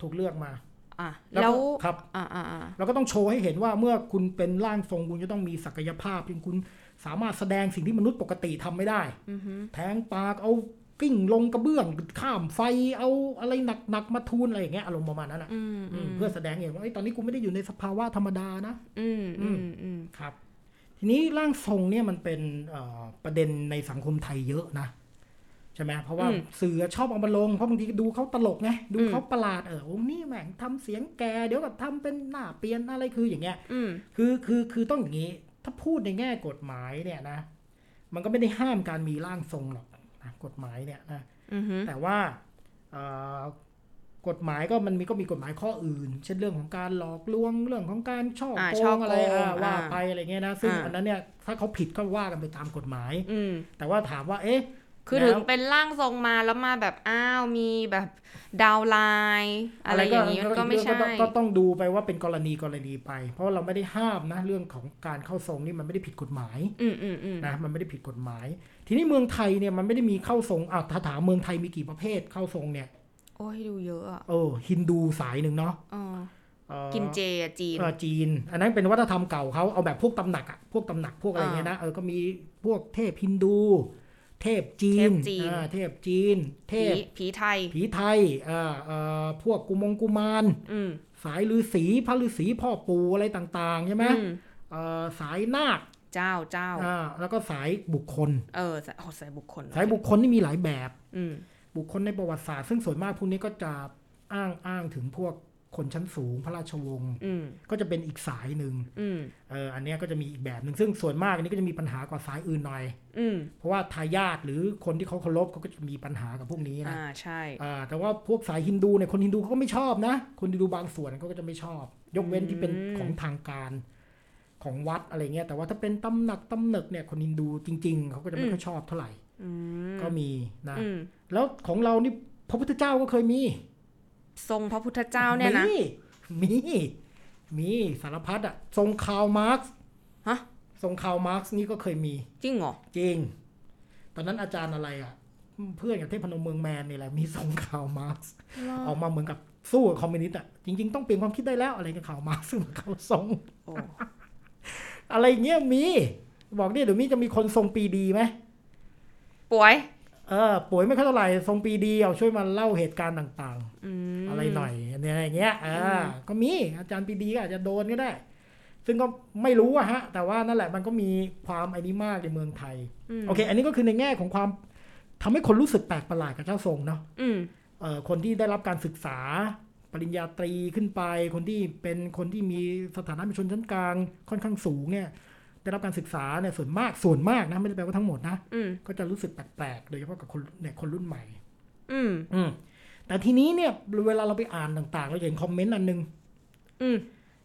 ถูกเลือกมา อ่ะแล้ว ก็ครับ อ่าอ่าอ่า เราก็ต้องโชว์ให้เห็นว่าเมื่อคุณเป็นร่างทรงคุณจะต้องมีศักยภาพที่คุณสามารถแสดงสิ่งที่มนุษย์ปกติทำไม่ได้ อือฮึ แทงปากเอากิ้งลงกระเบื้องข้ามไฟเอาอะไรหนักๆมาทูลอะไรอย่างเงี้ยอารมณ์ประมาณนั้นอะ อืม อื อื ม ม เพื่อแสดงเห็นว่าเอ้ยตอนนี้กูไม่ได้อยู่ในสภาวะธรรมดานะ อืมอืมอืม ครับ ทีนี้ร่างทรงเนี่ยมันเป็นเอ่อประเด็นในสังคมไทยเยอะนะใช่ไหมเพราะว่าสื่อชอบเอามาลงเพราะบางทีดูเขาตลกไงดูเขาประหลาดเออโอ้นี่แม่งทำเสียงแกเดี๋ยวกับทำเป็นหน้าเปลี่ยนอะไรคืออย่างเงี้ย อืม คือคือคือต้องอย่างนี้ ถ้าพูดในแง่กฎหมายเนี่ยนะ มันก็ไม่ได้ห้ามการมีร่างทรงหรอกนะกฎหมายเนี่ยนะ อือฮึ แต่ว่าเอ่อกฎหมายก็มันมีก็มีกฎหมายข้ออื่น เช่นเรื่องของการหลอกลวงเรื่องของการช่ออา โก ช่อง โกง อะไรอ่ะ อ่า ว่าไปอะไรเงี้ยนะซึ่ง อ่า อันนั้นเนี่ยถ้าเขาผิดก็ว่ากันไปตามกฎหมาย อืม แต่ว่าถามว่าเอ๊ะ คือ แล้ว ถึงเป็นร่างทรงมาแล้วมาแบบอ้าวมีแบบดาวน์ไลน์อะไรอย่างนี้มันก็ไม่ใช่ ก็ต้องก็ต้องดูไปว่าเป็นกรณีกรณีไป เพราะเราไม่ได้ห้ามนะเรื่องของการเข้าทรงนี่มันไม่ได้ผิดกฎหมาย อืมอืมอืม นะมันไม่ได้ผิดกฎหมาย ทีนี้เมืองไทยเนี่ยมันไม่ได้มีเข้าทรงอ่ะถ้าถามเมืองไทยมีกี่ประเภทเข้าทรงเนี่ย โอ้ยดูเยอะอ่ะ เออฮินดูสายหนึ่งเนาะ เออ เอ่อ กินเจอะจีน เออจีน อันนั้นเป็นวัฒนธรรมเก่าเขาเอาแบบพวกตำหนักอะพวกตำหนักพวกอะไรเงี้ยนะเออก็มีพวกเทพฮินดู เทพจีน เทพจีน อ่าเทพจีน เท ผี พ ผีไทย ผีไทยอ่าเอ่อพวกกุมงกุมาร อืม สายฤาษีพระฤาษีพ่อปู่อะไรต่างๆใช่ไหม อืม เอ่อสายนาค เจ้าเจ้า อ่าแล้วก็สายบุคคล เออสายโอ้สายบุคคล สายบุคคลนี่มีหลายแบบ อืม บุคคลในประวัติศาสตร์ซึ่งส่วนมากพวกนี้ก็จะอ้างอ้างถึงพวกคนชั้นสูงพระราชวงศ์ อืม ก็จะเป็นอีกสายหนึ่ง อืม เอออันเนี้ยก็จะมีอีกแบบหนึ่งซึ่งส่วนมากอันนี้ก็จะมีปัญหากว่าสายอื่นหน่อย อืม เพราะว่าทายาทหรือคนที่เขาเคารพเขาก็จะมีปัญหากับพวกนี้นะ อ่าใช่ อ่าแต่ว่าพวกสายฮินดูเนี่ยคนฮินดูเขาก็ไม่ชอบนะ คนฮินดูบางส่วนเขาก็จะไม่ชอบ ยกเว้นที่เป็น อืม ของทางการของวัดอะไรเงี้ยแต่ว่าถ้าเป็นตำหนักตำหนึกเนี่ยคนฮินดูจริง ๆเขาก็จะไม่ค่อยชอบเท่าไหร่ อืม ก็มีนะ อืม แล้วของเรานี่ พระพุทธเจ้าก็เคยมี ทรงพระพุทธเจ้าเนี่ยนะ มีมี มีสารพัดอะทรงคาร์ลมาร์กซ์ ฮะ ทรงคาร์ลมาร์กซ์นี่ก็เคยมี จริงเหรอ จริง ตอนนั้นอาจารย์อะไรอะเพื่อนกับเทพพนมเมืองแมนนี่แหละมีทรงคาร์ลมาร์กซ์ออกมาเหมือนกับสู้กับคอมมิวนิสต์อะจริง ๆ ต้องเปลี่ยนความคิดได้แล้วอะไรกับคาร์ลมาร์กซ์ซึ่งมันเขาทรง โอ้ อะไรอย่างเงี้ยมี บอกเนี่ยเดี๋ยวมีจะมีคนทรงปีดีไหม ป่วย เออป่วยไม่ค่อยเท่าไหร่ทรงปีดีเอาช่วยมาเล่าเหตุการณ์ต่าง อืม ๆ อะไรหน่อยเนี่ยอย่างเงี้ยอ่าก็มีอาจารย์ปีดีก็อาจจะโดนก็ได้ ซึ่งก็ไม่รู้อะฮะ แต่ว่านั่นแหละมันก็มีความไอ้นี้มากในเมืองไทย ม โอเค อันนี้ก็คือในแง่ของความทำให้คนรู้สึกแปลกประหลาดกับเจ้าทรงเนาะ อืม เอ่อคนที่ได้รับการศึกษา ปริญญาตรีขึ้นไป คนที่เป็นคนที่มีสถานะเป็นชนชั้นกลางค่อนข้างสูงเนี่ยได้รับการศึกษาเนี่ยส่วนมากส่วนมากนะไม่ได้แปลว่าทั้งหมดนะ อืม ก็จะรู้สึกแปลกๆ โดยเฉพาะกับคนเนี่ยคนรุ่นใหม่ อืม แต่ทีนี้เนี่ยเวลาเราไปอ่านต่างๆ เราจะเห็นคอมเมนต์อันหนึง อืม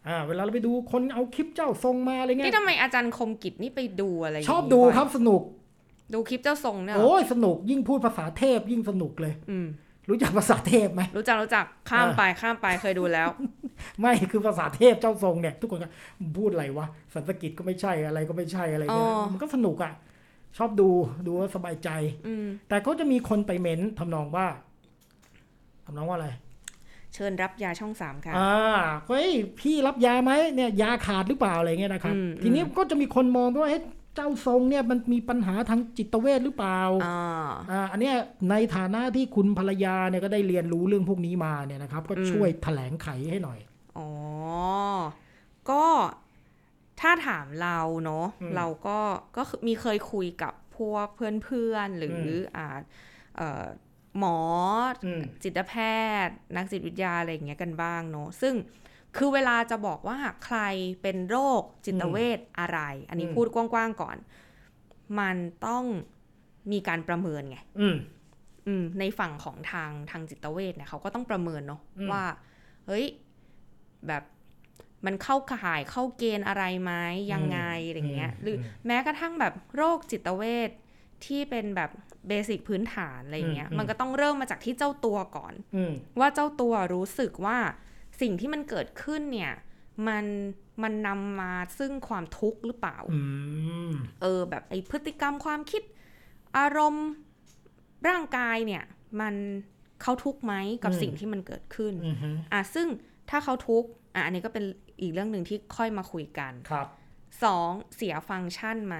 อ่าเวลาเราไปดูคนเอาคลิปเจ้าทรงมาอะไรเงี้ นี่ ย ทำไมอาจารย์คมกิจนี่ไปดูอะไรย่าง ช นี้ อบดู วะ ครับสนุก ดูคลิปเจ้าทรงเนี่ยเหรอ โอ้ยสนุกยิ่งพูดภาษาเทพยิ่งสนุกเลย อืม รู้จักภาษาเทพไหม รู้จักรู้จักข้าม อ่า ไปข้ามไปเคยดูแล้ว ไม่คือภาษาเทพเจ้าทรงเนี่ย ทุกคนก็พูดอะไรวะสันสกิตก็ไม่ใช่อะไรก็ไม่ใช่อะไรเงี้ย อ๋อ มันก็สนุกอ่ะ ชอบดูดูแล้วสบายใจ อืม แต่ก็จะมีคนไปเม้นทำนองว่าทำนองว่าอะไร เชิญรับยาช่องสามค่ะ อ่าเฮ้ยพี่รับยาไหมเนี่ยยาขาดหรือเปล่าอะไรเงี้ยนะครับ อืม ทีนี้ก็จะมีคนมองด้วยว่าเอ๊ะเจ้าทรงเนี่ยมันมีปัญหาทางจิตเวชหรือเปล่า อ่า อ่าอันเนี้ยในฐานะที่คุณภรรยาเนี่ยก็ได้เรียนรู้เรื่องพวกนี้มาเนี่ยนะครับ ก็ อืม ช่วยแถลงไขให้หน่อย อ๋อ ก็ถ้าถามเราเนาะ อืม เราก็ก็คือมีเคยคุยกับพวกเพื่อนๆ หรือออ่าเอ่อหมออ ม จิตแพทย์ นักจิตวิทยาอะไรอย่างเงี้ยกันบ้างเนาะซึ่งคือเวลาจะบอกว่าใครเป็นโรคจิตเวชอะไร อันนี้พูดกว้างๆก่อน มันต้องมีการประเมินไง อืม อืมในฝั่งของทางทางจิตเวชเนี่ยเขาก็ต้องประเมินเนาะ อืม ว่า เฮ้ย แบบมันเข้าข่ายเข้าเกณฑ์อะไรไหมยังไงอะไรเงี้ย หรืออแม้กระทั่งแบบโรคจิตเวชที่เป็นแบบเบสิกพื้นฐานอะไรเงี้ย มันก็ต้องเริ่มมาจากที่เจ้าตัวก่อน อืม ว่าเจ้าตัวรู้สึกว่าสิ่งที่มันเกิดขึ้นเนี่ย มันมันนำมาซึ่งความทุกข์หรือเปล่า อืม เออแบบไอพฤติกรรมความคิดอารมณ์ร่างกายเนี่ยมันเขาทุกข์ไหมกับสิ่งที่มันเกิดขึ้น อืมฮึ อ่ะซึ่งถ้าเขาทุกข์อ่ะอันนี้ก็เป็นอีกเรื่องหนึ่งที่ค่อยมาคุยกัน ครับ สองเสียฟังก์ชันไหม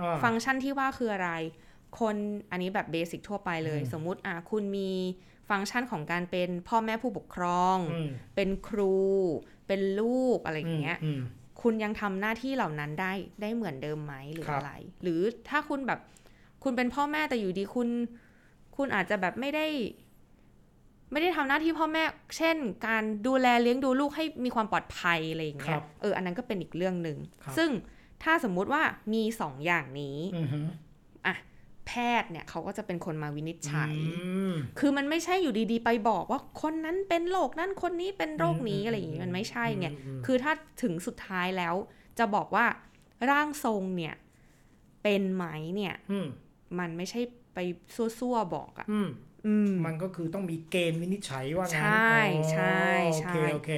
อ่า ฟังก์ชันที่ว่าคืออะไร คนอันนี้แบบเบสิกทั่วไปเลย อืม สมมุติอ่ะคุณมีฟังก์ชันของการเป็นพ่อแม่ผู้ปกครอง อืม เป็นครู เป็นลูกอะไรอย่างเงี้ย อืม คุณยังทำหน้าที่เหล่านั้นได้ได้เหมือนเดิมไหมหรือ ครับ อะไร หรือถ้าคุณแบบคุณเป็นพ่อแม่แต่อยู่ดีคุณ คุณอาจจะแบบไม่ได้ ไม่ได้ทำหน้าที่พ่อแม่ เช่น การดูแลเลี้ยงดูลูกให้มีความปลอดภัยอะไรอย่างเงี้ ครั ย บ เอออันนั้นก็เป็นอีกเรื่องหนึ่ง ครับ ซึ่งถ้าสมมุติว่ามีสองอย่างนี้ อืมฮึ แพทย์เนี่ยเขาก็จะเป็นคนมาวินิจฉัย อืม คือมันไม่ใช่อยู่ดีๆ ไปบอกว่าคนนั้นเป็นโรคนั้นคนนี้เป็นโรคนี้ อืม อะไรอย่างนี้มันไม่ใช่ไง อืมอืม คือถ้าถึงสุดท้ายแล้ว จะบอกว่าร่างทรงเนี่ย เป็นไหมเนี่ย อืม มันไม่ใช่ไปซั่วๆบอกอะ่ะ อืม อืม มันก็คือต้องมีเกณฑ์วินิจฉัยว่างั้น ใช่ใช่ใช่ อ๋อโอเคโอเค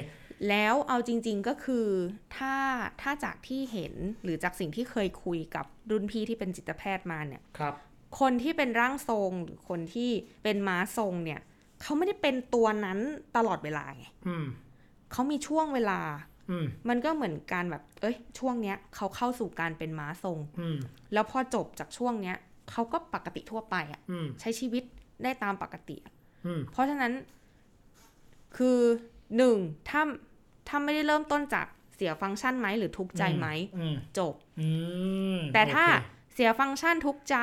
แล้วเอาจริง ๆก็คือถ้าถ้าจากที่เห็นหรือจากสิ่งที่เคยคุยกับรุ่นพี่ที่เป็นจิตแพทย์มาเนี่ย ครับ คนที่เป็นร่างทรงหรือคนที่เป็นม้าทรงเนี่ยเขาไม่ได้เป็นตัวนั้นตลอดเวลาไง อืม เขามีช่วงเวลา อืม มันก็เหมือนการแบบ เอ้ย ช่วงเนี้ยเขาเข้าสู่การเป็นม้าทรง อืม แล้วพอจบจากช่วงเนี้ยเขาก็ปกติทั่วไปอะ อืม ใช้ชีวิตได้ตามปกติอะ อืม เพราะฉะนั้น คือหนึ่งถ้าถ้าไม่ได้เริ่มต้นจากเสียฟังก์ชันไหมหรือทุกข์ใจไหม อืม จบ อืม แต่ถ้า โอเค เสียฟังก์ชันทุกข์ใจ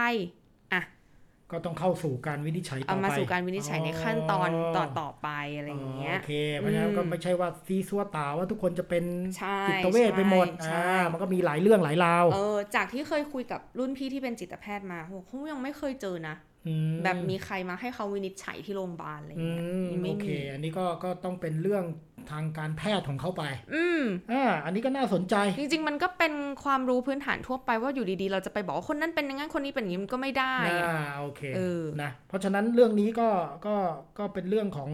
ก็ต้องเข้าสู่การวินิจฉัยต่อไป เอามาสู่การวินิจฉัยในขั้นตอนต่อต่อไปอะไรอย่างเงี้ย โอเคเพราะฉะนั้ อื น ม ก็ไม่ใช่ว่าซีซัวตาว่าทุกคนจะเป็น ใช่ จิตเวชไปหมด ใช่ อ่า ใช่ มันก็มีหลายเรื่องหลายราว เออจากที่เคยคุยกับรุ่นพี่ที่เป็นจิตแพทย์มาเขาบอกเขายังไม่เคยเจอนะ อืม แบบมีใครมาให้เขาวินิจฉัยที่โรงพยาบาลอะไร อื เงี้ย ม ไม่ โอเค มี อันนี้ก็ก็ต้องเป็นเรื่องทางการแพทย์ของเขาไป อืม อ่าอันนี้ก็น่าสนใจ จริงๆ มันก็เป็นความรู้พื้นฐานทั่วไปว่าอยู่ดีๆ เราจะไปบอกว่าคนนั้นเป็นอย่างนั้นคนนี้เป็นอย่างนี้มันก็ไม่ได้ อ่ อะ าโอเค เออ นะเพราะฉะนั้นเรื่องนี้ก็ก็ก็เป็นเรื่องของ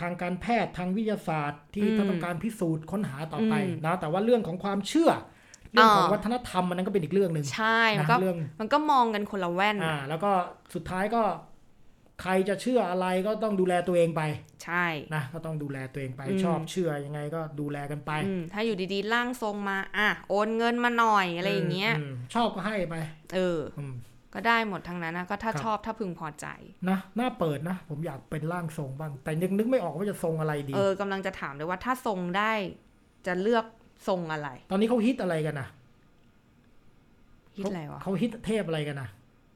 ทางการแพทย์ทางวิทยาศาสตร์ ที่ต้องการพิสูจน์ค้นหาต่อไปนะแต่ว่าเรื่องของความเชื่อ เรื่องของวัฒนธรรมมันนั้นก็เป็นอีกเรื่องหนึ่ง ใช่มัน นะ ก็ เรื่อง มันก็มองกันคนละแว่น อ่าแล้วก็สุดท้ายก็ใครจะเชื่ออะไรก็ต้องดูแลตัวเองไป ใช่ นะก็ต้องดูแลตัวเองไปชอบเชื่อยังไงก็ดูแลกันไป อืมถ้าอยู่ดีๆร่างทรงมา อ่ะ โอนเงินมาหน่อยอะไรอย่างเงี้ย มชอบก็ให้ไป เออ อืม ก็ได้หมดทั้งนั้นนะก็ถ้า ครับ ชอบถ้าพึงพอใจ นะน่าเปิดนะ ผมอยากเป็นร่างทรงบ้าง แต่ยังนึกไม่ออกว่าจะทรงอะไรดี เออกำลังจะถามเลยว่าถ้าทรงได้จะเลือกทรงอะไร ตอนนี้เขาฮิตอะไรกันนะ คิดอะไรวะ เขาฮิตเทพอะไรกันนะ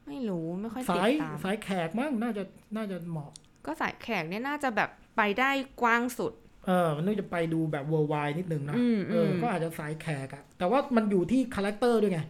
ไม่รู้ไม่ค่อยติด สาย ตาม สายแขกมั้งน่าจะน่าจะเหมาะ ก็สายแขกเนี่ยน่าจะแบบไปได้กว้างสุด เออ มันน่าจะไปดูแบบ r l d w i d e นิดนึงนะ อืม เอออ ม ก็อาจจะสายแขกอะแต่ว่ามันอยู่ที่คาแรคเตอร์ด้วยไง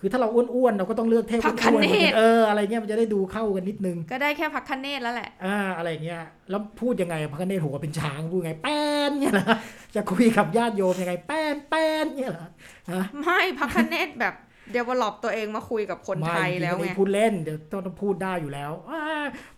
คือถ้าเราอ้วนๆ เราก็ต้องเลือกเทพ พ อ้ ระค วน เนศ ๆเอออะไรเงี้ยมันจะได้ดูเข้ากันนิดนึง ก็ได้แค่พักคเนตแล้วแหละ อ่าอะไรเงี้ยแล้วพูดยังไงพระคเนศหัวเป็นช้างพูดไงแป้นเนี่ยนะจะคุยกับญาติโยมยังไงแป้นแป้นเนี่ยนะฮะ ไม่พักคเนตแบบเดเวล o อปตัวเองมาคุยกับคนไทยแล้ว ม่ ไง ด้พูดเล่นเดี๋ยวต้องพูดได้อยู่แล้วอ่า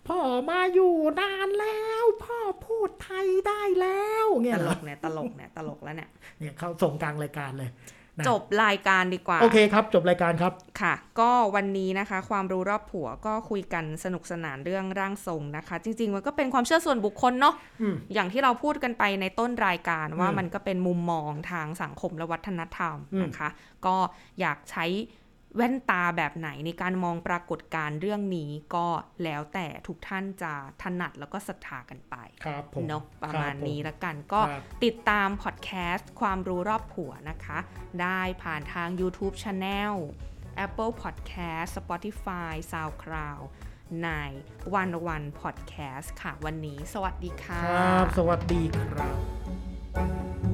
พ่อมาอยู่นานแล้ว พ่อพูดไทยได้แล้วเนี่ ต ยเห ล รอ กเนี่ยตลกเนี่ยตลกแล้วเนี่ย เนี่ยเข้าส่งกลางรายการเลยนะ จบรายการดีกว่า โอเคครับ จบรายการครับ ค่ะ ก็วันนี้นะคะ ความรู้รอบผัวก็คุยกันสนุกสนานเรื่องร่างทรงนะคะ จริง ๆ มันก็เป็นความเชื่อส่วนบุคคลเนาะ อืม อย่างที่เราพูดกันไปในต้นรายการว่า อืม มันก็เป็นมุมมองทางสังคมและวัฒนธรรม อืม นะคะ ก็อยากใช้แว่นตาแบบไหนในการมองปรากฏการณ์เรื่องนี้ก็แล้วแต่ทุกท่านจะถนัดแล้วก็ศรัทธากันไป ครับผม เนาะประมาณนี้ละกัน ครั ก็ บ ติดตามพอดแคสต์ความรู้รอบผัวนะคะ ได้ผ่านทาง YouTube Channel Apple Podcast Spotify SoundCloud ในวันวันพอดแคสต์ค่ะวันนี้ สวัสดีค่ะ ครับ สวัสดีครับ Thank